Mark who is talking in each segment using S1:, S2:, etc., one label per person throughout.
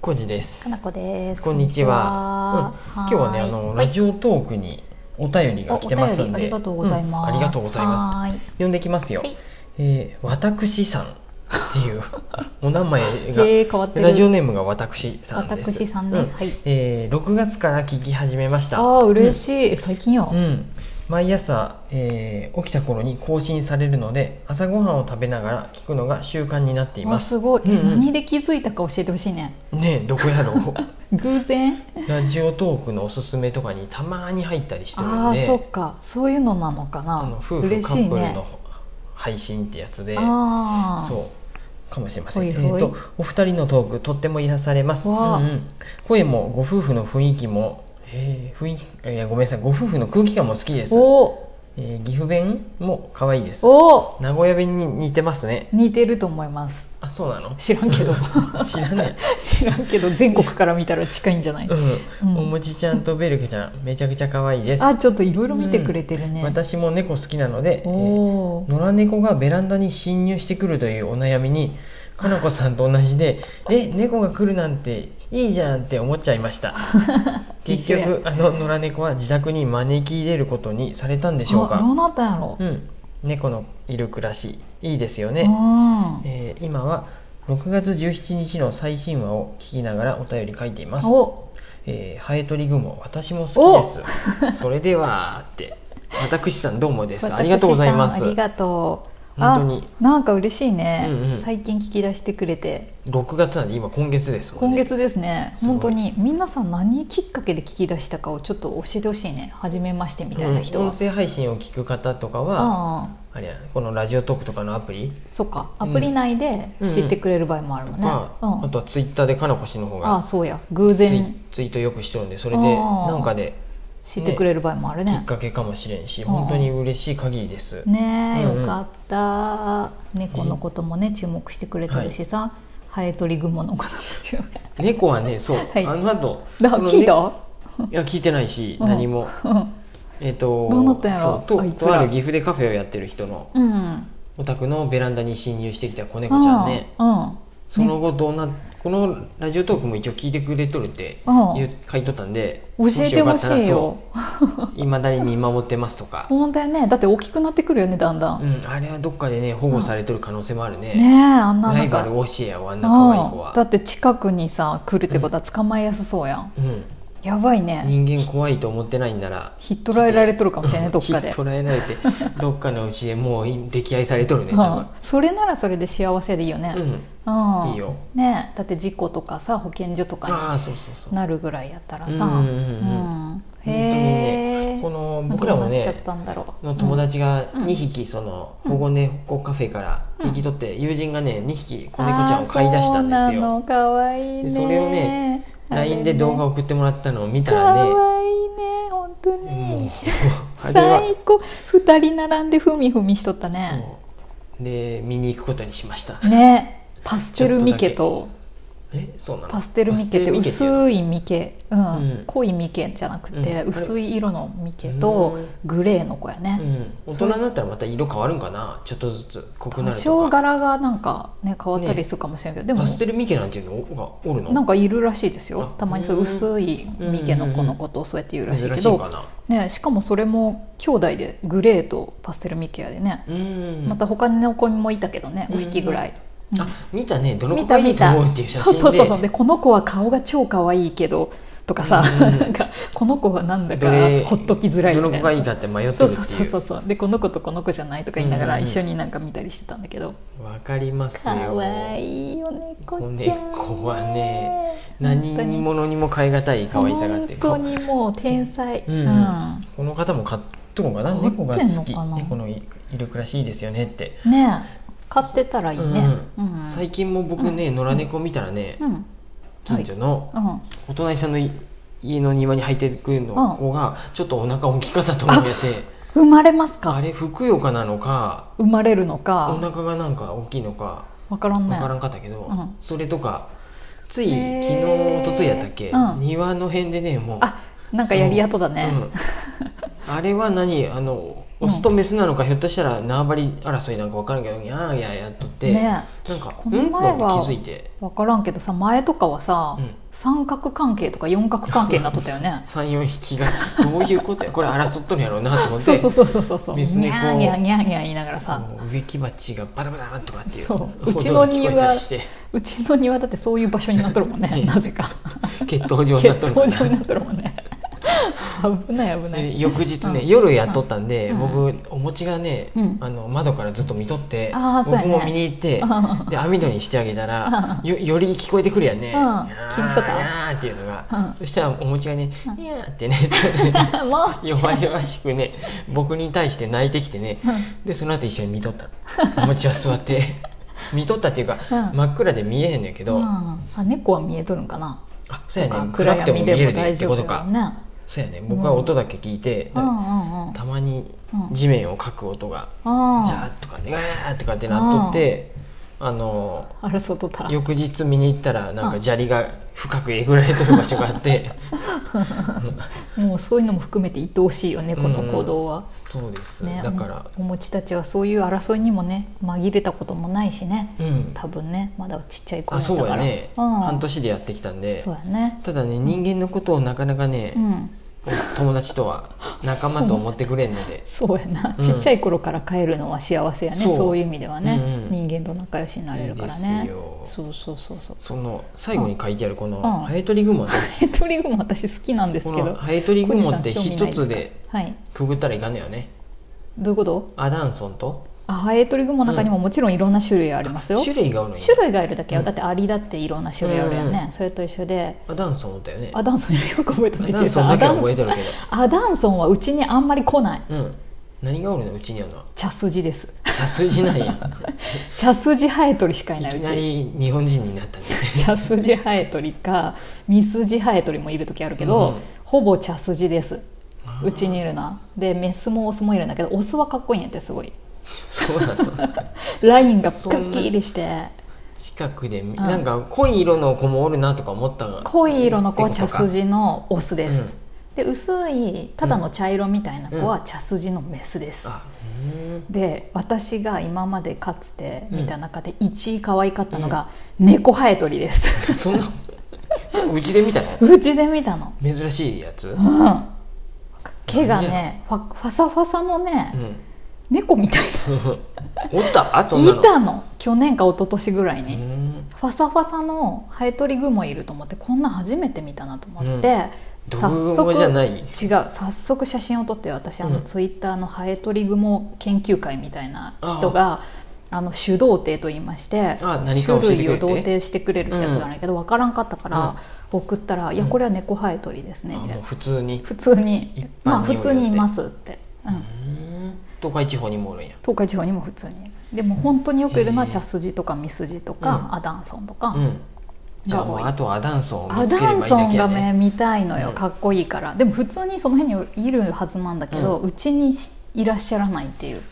S1: コジです
S2: かなこです。
S1: こんにちは
S2: こ
S1: 今
S2: んに
S1: 日
S2: ち
S1: はねあのラジオトークにお便りが来てますんで
S2: おお便りありがとうございます。
S1: うんありがとうございます
S2: はーい
S1: 読んできますよ、
S2: はい
S1: えー私さんって いうお名前が
S2: へえ変わってる。
S1: ラジオネームが私さんです
S2: 私さんね、
S1: うん
S2: はい。
S1: えー6月から聞き始めました
S2: ああー嬉
S1: い、
S2: しい、え最近よ。
S1: うんうん毎朝、えー起きた頃に更新されるので朝ごはんを食べながら聞くのが習慣になっていま
S2: あ
S1: す
S2: すごい、
S1: う
S2: え
S1: んうん
S2: 何で気づいたか教えてほしいね。
S1: ねえどこやろう
S2: 偶然。
S1: ラジオトークのおすすめとかにたまに入ったりしてる
S2: あ
S1: ん
S2: あ
S1: で
S2: そっかそういうのなのか
S1: あの
S2: な。
S1: 夫婦
S2: 嬉
S1: カ
S2: しい
S1: ップル
S2: ね
S1: の。配信ってやつで、
S2: ああ
S1: そうかもしれません、
S2: ほ
S1: え
S2: い
S1: っ
S2: ほい
S1: とお二人のトークとっても癒されます、うん
S2: わあ
S1: うん声もご夫婦の雰囲気もえー雰囲気いやごめんなさいご夫婦の空気感も好きです、
S2: お
S1: えー岐阜弁も可愛いです
S2: お
S1: 名古屋弁に似てますね
S2: 似てると思います。
S1: あそうなの
S2: 知らんけど
S1: 知らない、
S2: 知らんけど全国から見たら近いんじゃない。
S1: う、
S2: うんん
S1: おもちちゃんとベルケちゃんめちゃくちゃ可愛いです、
S2: あちょっといろいろ見てくれてるね。
S1: 私も猫好きなので、え
S2: お
S1: ー
S2: おー。
S1: 野良猫がベランダに侵入してくるというお悩みにかなこさんと同じ で「え猫が来るなんていいじゃん」って思っちゃいました 結
S2: 一緒
S1: 局あの野良猫は自宅に招き入れることにされたんでしょう
S2: あど
S1: か
S2: うなったんやろ
S1: うん猫のいる暮らしいいですよ
S2: う、
S1: ね、
S2: ん
S1: えー今は6月17日の最新話を聞きながらお便り書いています
S2: お
S1: えーハエトリグモ私も好き です それではって私さんどうもですありがとうございま
S2: 私さんあり
S1: す
S2: がとうあ
S1: 本当に
S2: なんか嬉しいね、
S1: うんうん
S2: 最近聞き出してくれて
S1: 6月なんで今今月ですもん
S2: 今
S1: ね
S2: 月ですね
S1: すごい
S2: 本当に皆さん何きっかけで聞き出したかをちょっと教えてほしいね初めましてみたいな人
S1: うん
S2: は、
S1: 音声配信を聞く方とかは
S2: ああ
S1: あれやこのラジオトークとかのアプリ
S2: そっか
S1: う
S2: ア
S1: ん
S2: プリ内で知ってくれる場合もある
S1: と
S2: もんね、
S1: か、
S2: うん
S1: あとはツイッターでかなこ氏の方
S2: ああ
S1: が
S2: そうや偶
S1: ツイ
S2: 然
S1: ツイートよくしてるんでそれで
S2: あー
S1: なんかで
S2: 知ってくれる場合もある
S1: きっ
S2: ね
S1: かけかもしれんし、
S2: うん
S1: 本当に嬉しい限りです、
S2: ねえ、
S1: うんうん
S2: よかった猫のこともね注目してくれてるしさ、ハエトリグモのことも注目
S1: 猫はねそう、
S2: はい
S1: あの後
S2: だ
S1: あのね
S2: 聞いた、
S1: いや聞いてないし、
S2: うん
S1: 何も
S2: うん
S1: えっ、と
S2: どうなったんやろ
S1: そうと
S2: あいつら
S1: とある岐阜でカフェをやってる人の
S2: うん、
S1: お宅のベランダに侵入してきた子猫ちゃんね、
S2: うん、
S1: その後どうなこのラジオトークも一応聞いてくれとるって
S2: うん
S1: 言う書いとったんで
S2: 教えてほしいよ
S1: いまだに見守ってますとか、
S2: 本当やねだって大きくなってくるよねだんだ、
S1: うんん、あれはどっかでね保護されとる可能性もあるね
S2: ねえあんな
S1: ラ
S2: な
S1: イ
S2: ん
S1: バ
S2: か
S1: ル教えやわあんな可愛い子
S2: うんだ
S1: は、
S2: って近くにさ来るってことは捕まえやすそうやん、
S1: う
S2: やばいね
S1: ん、人間怖いと思ってないんなら
S2: ひっ捕らえられとるかもしれないどっか
S1: 引
S2: で
S1: き、捉えられてどっかのうちでもう溺愛されとるね
S2: う
S1: 多
S2: ん、それならそれで幸せでいいよね
S1: 分、うん
S2: うん、
S1: いいよ
S2: ねえだって事故とかさ保健所と
S1: あ
S2: か
S1: あそうそうそ
S2: に
S1: う
S2: なるぐらいやったらさ
S1: うんうんうん
S2: うん
S1: 当にね
S2: へえ
S1: この僕らも
S2: どうなっちゃ
S1: ね
S2: ったんだろう
S1: の友
S2: うん
S1: 達が
S2: うん
S1: 2匹その
S2: うん
S1: 保護猫カフェから引き取って友人がね2匹子猫ちゃんを買い出したんで
S2: あー
S1: す
S2: そうな
S1: よ
S2: のかわい
S1: で
S2: いね
S1: それをね LINE で動画
S2: を
S1: 送ってもらったのを見た
S2: から
S1: ね
S2: わいいね本当
S1: もう
S2: に
S1: あれは
S2: 最高二人並んでふみふみしとったね
S1: そうで見に行くことにしました
S2: ねパステルミケと
S1: えそうなの
S2: パステルミケ
S1: パステ
S2: って
S1: ルミケ
S2: 薄いミケ、
S1: う
S2: う
S1: ん
S2: ん、濃いミケじゃなくて
S1: うん
S2: 薄い色のミケ
S1: う
S2: と
S1: ん
S2: グレーの子やね、
S1: うん、大人になったらまた色変わるんかなちょっとずつ濃くな
S2: 多
S1: る
S2: 少
S1: とか
S2: 柄がなんかね変わったりするかもしれないけど、
S1: パス
S2: で
S1: テルミケなんていうのがおるの
S2: もなんかいるらしいですよ
S1: あ
S2: たまにそういう薄いミケの子のことをそうやって言うらしいけ
S1: 珍
S2: ど
S1: しいかな
S2: ね、しかもそれも兄弟でグレーとパステルミケやでね、
S1: うん
S2: また他の子にもいたけどね
S1: うん
S2: 5匹ぐらい、うん
S1: あ見たねどの子
S2: 見
S1: が
S2: た
S1: いい
S2: 見
S1: と
S2: た
S1: 思うっていう写真
S2: そう
S1: で
S2: そうそうそうでこの子は顔が超可愛いけどとかさ、
S1: うんうん
S2: なんかこの子はなんだか
S1: どれ
S2: ほっときづらい
S1: どの
S2: みたいな
S1: 子がいいかって迷っ
S2: そ
S1: とる
S2: う
S1: って
S2: そ
S1: いうう
S2: そうそうそうでこの子とこの子じゃないとか言いなが
S1: う
S2: ら
S1: んうん
S2: 一緒になんか見たりしてたんだけど、
S1: わかります
S2: 可
S1: よい
S2: 愛いよ猫ちゃん
S1: 猫はね何にものにも変え難い可愛さがあって
S2: 本当にもう天才
S1: うんうんこの方も買っとこうかな
S2: 買ってん
S1: 猫
S2: の
S1: が
S2: かな
S1: 好き猫のいいる暮らしいいですよねって、
S2: ねえ買ってたらいいね、うんうん
S1: 最近も僕ね、野良猫見たらね、
S2: うんうん
S1: 近所の
S2: あ
S1: お隣さんのい家の庭に入ってくるの子がちょっとお腹大きかったと思って、
S2: 生まれます
S1: あ
S2: か
S1: れふくよかなのか
S2: 生まれるの
S1: お
S2: か
S1: 腹がなんか大きいのか
S2: わからんね
S1: わからんかったけど、
S2: うん
S1: それとかつい昨
S2: へ
S1: 日
S2: ー
S1: おとついやったっけ、
S2: うん
S1: 庭の辺でねもう
S2: あなんかやりやとだね
S1: うんあれは何あのオスとメスなのか、ひょっとしたら縄張り争いなんか分からんけどにゃーやーやっとって、
S2: ね
S1: なんか
S2: この前
S1: うんっ
S2: は
S1: て気づいて、
S2: 分からんけどさ前とかはさ、
S1: うん
S2: 三角関係とか四角関係になっとった よね
S1: 34匹がどういうことやこれ争っとるんやろうなと思って
S2: そうそうそうそうそうそう
S1: 水
S2: に
S1: にこう
S2: ゃーにゃーにゃーにゃー言いながらさ
S1: そう植木鉢がバタバタとかっていう
S2: そううちの庭
S1: 音が聞こえたりして
S2: うちの庭だってそういう場所になっとるもんねなぜか
S1: 血糖状になっ
S2: 血
S1: とる
S2: 統
S1: の
S2: 上
S1: か
S2: に
S1: な
S2: なっとるもんね 危ない危ない
S1: で翌日ね、
S2: うん
S1: 夜やっとったんで、
S2: うん
S1: 僕お餅がね、
S2: うん
S1: あの窓からずっと見とって、
S2: あーそうや
S1: 僕
S2: ね
S1: も見に行って、
S2: うん
S1: で網戸にしてあげたら、よより聞こえてくるやんね、
S2: うん
S1: やー
S2: 気にしとった
S1: やーっていうのが、
S2: うん
S1: そしたらお餅がね「
S2: うん
S1: いやー」 ってね
S2: もう
S1: 弱々しくね僕に対して泣いてきてね
S2: うん
S1: でその後一緒に見とったのお餅は座って 見とったっていうか、
S2: うん
S1: 真っ暗で見えへんねんけど、
S2: うんあ猫は見えとるんかな
S1: あそうや
S2: と
S1: ね
S2: か
S1: 暗くても見えるでってこと
S2: だよ
S1: か
S2: ね
S1: そうやね僕は音だけ聞いて、
S2: うんうんうん
S1: たまに
S2: うん
S1: 地面をかく音が「じゃ
S2: あ
S1: ー」とかね「うわー」とかってなっとって、あの
S2: あ争っとったら
S1: 翌日見に行ったらなん
S2: う
S1: か
S2: ん
S1: 砂利が深くえぐられてる場所があって
S2: もうそういうのも含めて愛おしいよねこの行動は、
S1: そうです、
S2: ね
S1: だから
S2: おお餅たちはそういう争いにもね紛れたこともないしね
S1: うん
S2: 多分ねまだちっちゃい子
S1: あ
S2: だった
S1: そ
S2: か
S1: う
S2: ら
S1: やね、
S2: ん、
S1: 半年でやってきたんで
S2: そうやね
S1: ただね人間のことをなかなかね、
S2: うん
S1: 友達とは仲間と思ってくれんので
S2: そうやな、
S1: うん
S2: ちっちゃい頃から帰るのは幸せやね
S1: そ
S2: そう
S1: う
S2: いう意味では
S1: う
S2: ね、
S1: んうん
S2: 人間と仲良しになれるから
S1: いい
S2: ね
S1: ですよ
S2: そうそうそうそう
S1: その最後に書いてあるこの
S2: ん
S1: ハエトリグモね
S2: ハエトリグモ私好きなんです
S1: こ
S2: け
S1: の
S2: ど
S1: ハエトリグモって
S2: 小路さん興味ない
S1: 一
S2: すか
S1: つで
S2: はい
S1: くぐったらいかんのよね
S2: どういうこと
S1: アダンソンと
S2: あハエトリグモの中にももちろんいろんな種類ありますよ、
S1: 種類がおるんや
S2: 種類がいるだけよ、
S1: うん
S2: だってアリだっていろんな種類あるよね、それと一緒で
S1: アダンソンおったよね
S2: アダンソンよりよく覚えてない
S1: アダンソンだけは覚えてるけど
S2: アダンソンはうちにあんまり来ない
S1: うん何がおるのうちにはな
S2: 茶筋です
S1: 茶筋なん や
S2: 茶筋ハエトリしかい
S1: い
S2: ない
S1: き
S2: う
S1: な
S2: ち
S1: り日本人になったね
S2: 茶筋ハエトリかミスジハエトリもいる時あるけど、
S1: うん
S2: ほぼ茶筋ですうちにいるなでメスもオスもいるんだけどオスはかっこいいんやってすごい
S1: そうなの
S2: ラインがくっきりして
S1: 近くで
S2: ん
S1: 見なんか濃い色の子もおるなとか思ったが
S2: 濃い色の子は
S1: って
S2: 茶
S1: ことか
S2: 筋のオスです、
S1: うん
S2: で薄いただの茶色みたいな子は茶筋のメスです、
S1: あうん
S2: で私が今までかつて見た中で1位可愛かったのが猫ハエトリです、
S1: そんなそれうちで見たね
S2: うちで見たの
S1: 珍しいやつ
S2: うん毛がねファファサファサのね、
S1: うん
S2: 猫みたい
S1: おったあそ
S2: なん
S1: なの
S2: いたの去年か一昨年ぐらいうに、
S1: ん
S2: ファサファサのハエトリグモいると思ってこんなん初めて見たなと思って、
S1: ド
S2: 早
S1: ブ
S2: 速
S1: ゴじゃない
S2: 違う早速写真を撮って私あの、
S1: うん
S2: ツイッターのハエトリグモ研究会みたいな人があの手動定と言いまして
S1: あ何か
S2: 種
S1: を教えてくれて
S2: 類を同定してくれるってやつがあるんやけど、分からんかったから送ったら「いや
S1: うん
S2: これは猫ハエトリですね」
S1: あ
S2: みたい
S1: もう
S2: な
S1: 普通に
S2: 普通に
S1: 一般
S2: まあ
S1: におい
S2: 普
S1: て
S2: 通にいますって、うん、
S1: うん東海地方にもおるんや
S2: 東海地方にも普通にでも本当によくいるのは
S1: へえ
S2: 茶筋とかミスジとか、アダンソンとか、
S1: うんじゃあもう
S2: が多い
S1: あとはアダンソンを
S2: ア
S1: 見つけ
S2: ダ
S1: れ
S2: ン
S1: ばいい
S2: ソ
S1: だ
S2: ン
S1: け
S2: が
S1: やね
S2: ね見たいのよ、
S1: うん
S2: かっこいいからでも普通にその辺にいるはずなんだけど、うちにいらっしゃらないっていう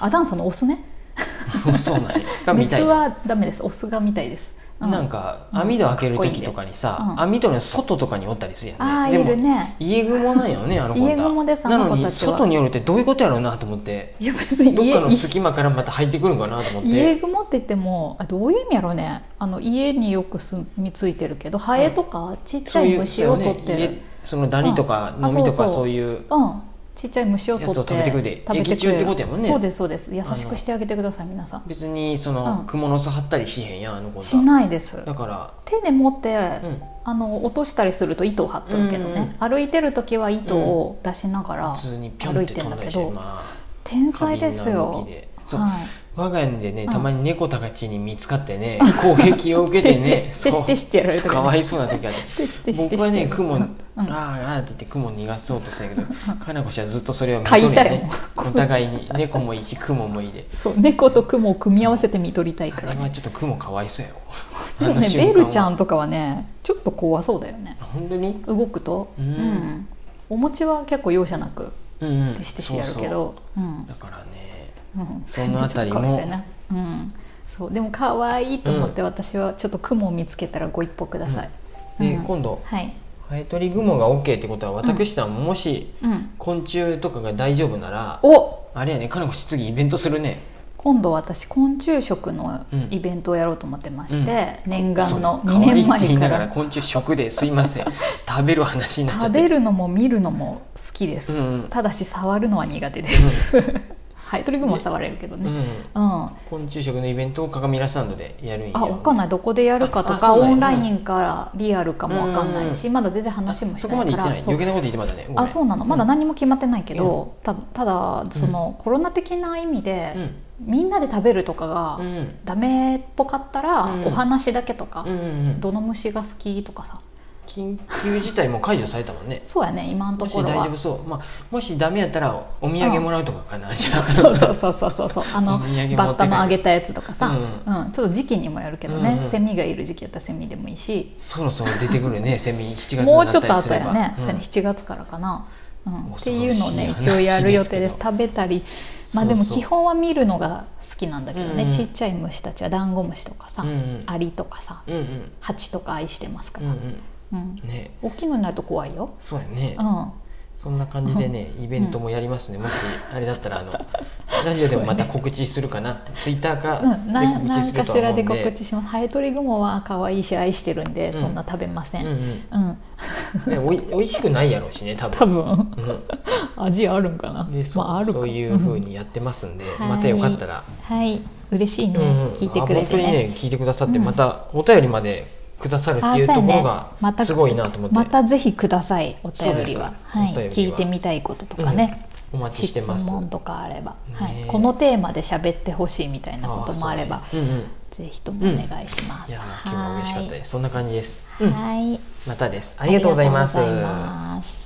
S2: アダンソンのオスね
S1: そうなんやが
S2: メ
S1: 見
S2: ス
S1: たいな
S2: はダメですオスが見たいです、う
S1: なんか網戸開ける時とかに
S2: うん
S1: さ
S2: うん
S1: 網戸の外とかにおったりするや
S2: ああ
S1: ん
S2: い
S1: ね
S2: る
S1: でも
S2: ね
S1: 家雲なんよねあの子
S2: 家雲ですあ
S1: な
S2: の
S1: の
S2: 子
S1: に
S2: たちは
S1: 外におるってどういうことやろうなと思って
S2: いや別に
S1: どっ
S2: 家
S1: かの隙間からまた入ってくるんかなと思っ
S2: 家
S1: て
S2: 雲って言ってもあどういう意味やろうねあの家によく住みついてるけどハエとかちっちゃい虫を
S1: そうい
S2: 取
S1: う
S2: って
S1: 家
S2: る
S1: そのダニとか
S2: うんあ
S1: ノミと
S2: そ
S1: か
S2: うそう
S1: そういう
S2: うんちっちゃい虫を取って
S1: やつを食べてくれて
S2: 食べてくれる
S1: 益虫ってことやもんね
S2: そうですそうです優しくしてあげてください皆さん
S1: 別にそうの
S2: ん
S1: 蜘蛛の巣張ったりしへんやんあの子
S2: し
S1: さ
S2: ないです
S1: だから
S2: 手で持って、
S1: うん
S2: あの落としたりすると糸を張ってるけどね、歩いてる時は糸を出しながら
S1: 普通にピョンって飛んだりして
S2: 歩いてんだけど
S1: 今
S2: 天才ですよ、
S1: そう
S2: はい、
S1: 我が家でね
S2: うん
S1: たまに猫たちに見つかってね攻撃を受けて ね
S2: 徹底徹底してやられる
S1: そ
S2: と
S1: う
S2: かね
S1: かわいそうな時ある
S2: でしてしてして
S1: 僕はね雲、
S2: う
S1: あ
S2: ん
S1: あーあーって言って雲逃がそうとしたけどかなこちゃんはずっとそれを見
S2: 嗅
S1: と
S2: い
S1: る
S2: だ
S1: よ
S2: よ
S1: ねお互い に猫もいいし雲もいいで
S2: そう猫と雲を組み合わせて見とりたい
S1: あ
S2: か
S1: れ
S2: ら
S1: は
S2: ね
S1: ちょっと雲かわいそうやよ
S2: でも
S1: あの
S2: ね
S1: 瞬間
S2: ベ
S1: は
S2: ルちゃんとかはねちょっと怖そうだよね
S1: 本当に
S2: 動くと
S1: うん
S2: お餅は結構容赦なく
S1: うんうん
S2: 徹してしてやるけどう
S1: そうそ
S2: ん
S1: うだからね
S2: うん
S1: そのあたりも
S2: それ ちょっとかわいそうやなうんそうでも可愛いと思って私はちょっと雲を見つけたらご一歩ください、
S1: で、
S2: うん
S1: 今度
S2: はい、
S1: ハエトリグモが OK ってことは私さんもし
S2: うん、
S1: 昆虫とかが大丈夫なら
S2: お
S1: あれやねかなこち次イベントするね
S2: 今度私昆虫食のイベントをやろうと思ってまして、念願
S1: そ
S2: の
S1: うです
S2: 2年
S1: 可愛いって言
S2: 前
S1: い
S2: か
S1: なが
S2: ら
S1: ら昆虫食ですいま せん食べる話になっちゃ
S2: 食
S1: って
S2: べるのも見るのも好きです、
S1: うんうん
S2: ただし触るのは苦手です、ハエトリ グモは触れるけど
S1: う
S2: ね、
S1: ん、
S2: うん
S1: 昆虫食のイベントを鏡ラサンドでやるんや
S2: あわかんないどこでやるかと
S1: ああ
S2: か
S1: そうなんや
S2: オンラインからリアルかもわかんないし、まだ全然話もし
S1: そこま
S2: な
S1: で
S2: い
S1: 言
S2: か
S1: ってない
S2: らそう
S1: 余計なこと言ってまだね
S2: あそうなのまだ何も決まってないけ
S1: う
S2: ど、たただその、コロナ的な意味
S1: う
S2: で、
S1: ん
S2: みんなで食べるとかが、
S1: うんうん
S2: ダメっぽかったら、
S1: うん
S2: お話だけとか、
S1: うんうん
S2: どの虫が好きとかさ
S1: 緊急事態も解除されたもんね
S2: そうやね今のと
S1: もし
S2: ころ
S1: 大
S2: は
S1: 丈夫そう、まあ、もしダメやったらお土産もらうとかかな、じゃあ
S2: そうそうそうそうそ うそうあ
S1: お
S2: の
S1: 土産持って帰る
S2: バッタのあげたやつとかさ、
S1: う
S2: うんちょっと時期にもよるけどね、
S1: うんうん
S2: セミがいる時期やったらセミでもいいし
S1: そろそろ出てくる ねセミ7月に
S2: も
S1: な
S2: う
S1: っ
S2: ち
S1: た
S2: ょっ
S1: りす
S2: と後
S1: れ
S2: や
S1: ば
S2: ね、そううんやね7月からかな、うん、っ
S1: 恐ろ
S2: て
S1: しい
S2: いうのをね
S1: 話
S2: 一応やる予定で
S1: です
S2: す
S1: けど
S2: 食べたりまあでも
S1: そうそう
S2: 基本は見るのが好きなんだけどね
S1: うんうん
S2: ちっちゃい虫たちはダンゴムシとかさ、
S1: うんうん
S2: アリとかさ
S1: うんうん
S2: ハチとか愛してますか
S1: う
S2: ら、
S1: ん
S2: うん
S1: うんね
S2: 大きいのになると怖いよ、
S1: そうやね、
S2: うん、
S1: そんな感じでねイベントもやりますね、もしあれだったらあのラジオでもまた告知するかな、ツイッターか
S2: うん、
S1: で
S2: な
S1: 告知
S2: 何
S1: する
S2: か
S1: と
S2: し
S1: は
S2: ら
S1: 思う
S2: で
S1: んで
S2: 告知しますハエトリグモは可愛いし愛してるんで、
S1: うん
S2: そんな食べません、
S1: う
S2: うんん
S1: うんね、おいおいしくないやろうしね多分
S2: 多分
S1: うん
S2: 味あるんかな
S1: でそう,、
S2: まあ、あるか
S1: そういうふうにやってますんで、
S2: うん
S1: またよかったら、
S2: うんはい嬉しいね、
S1: うんうん
S2: 聞いてくれ
S1: あ本
S2: て
S1: 当に
S2: ね
S1: ね聞いてくださって、
S2: うん
S1: またお便りまでくださるっていう
S2: あ
S1: とこ
S2: そうやね
S1: ろがすごいなと思って、
S2: またぜひくださいお便りは、
S1: そう
S2: は
S1: ですお便
S2: い
S1: りは
S2: 聞いてみたいこととかね、
S1: お待ちして
S2: 質
S1: ます
S2: 問とかあれば、はい
S1: ねえ
S2: このテーマで喋ってほしいみたいな
S1: あ
S2: こともあれば
S1: そうねうんうん
S2: ぜひともお願いします、
S1: いやー今日は嬉しかったですそんな感じです、うん、
S2: はい、
S1: またですありがとうございます
S2: ありがとうございます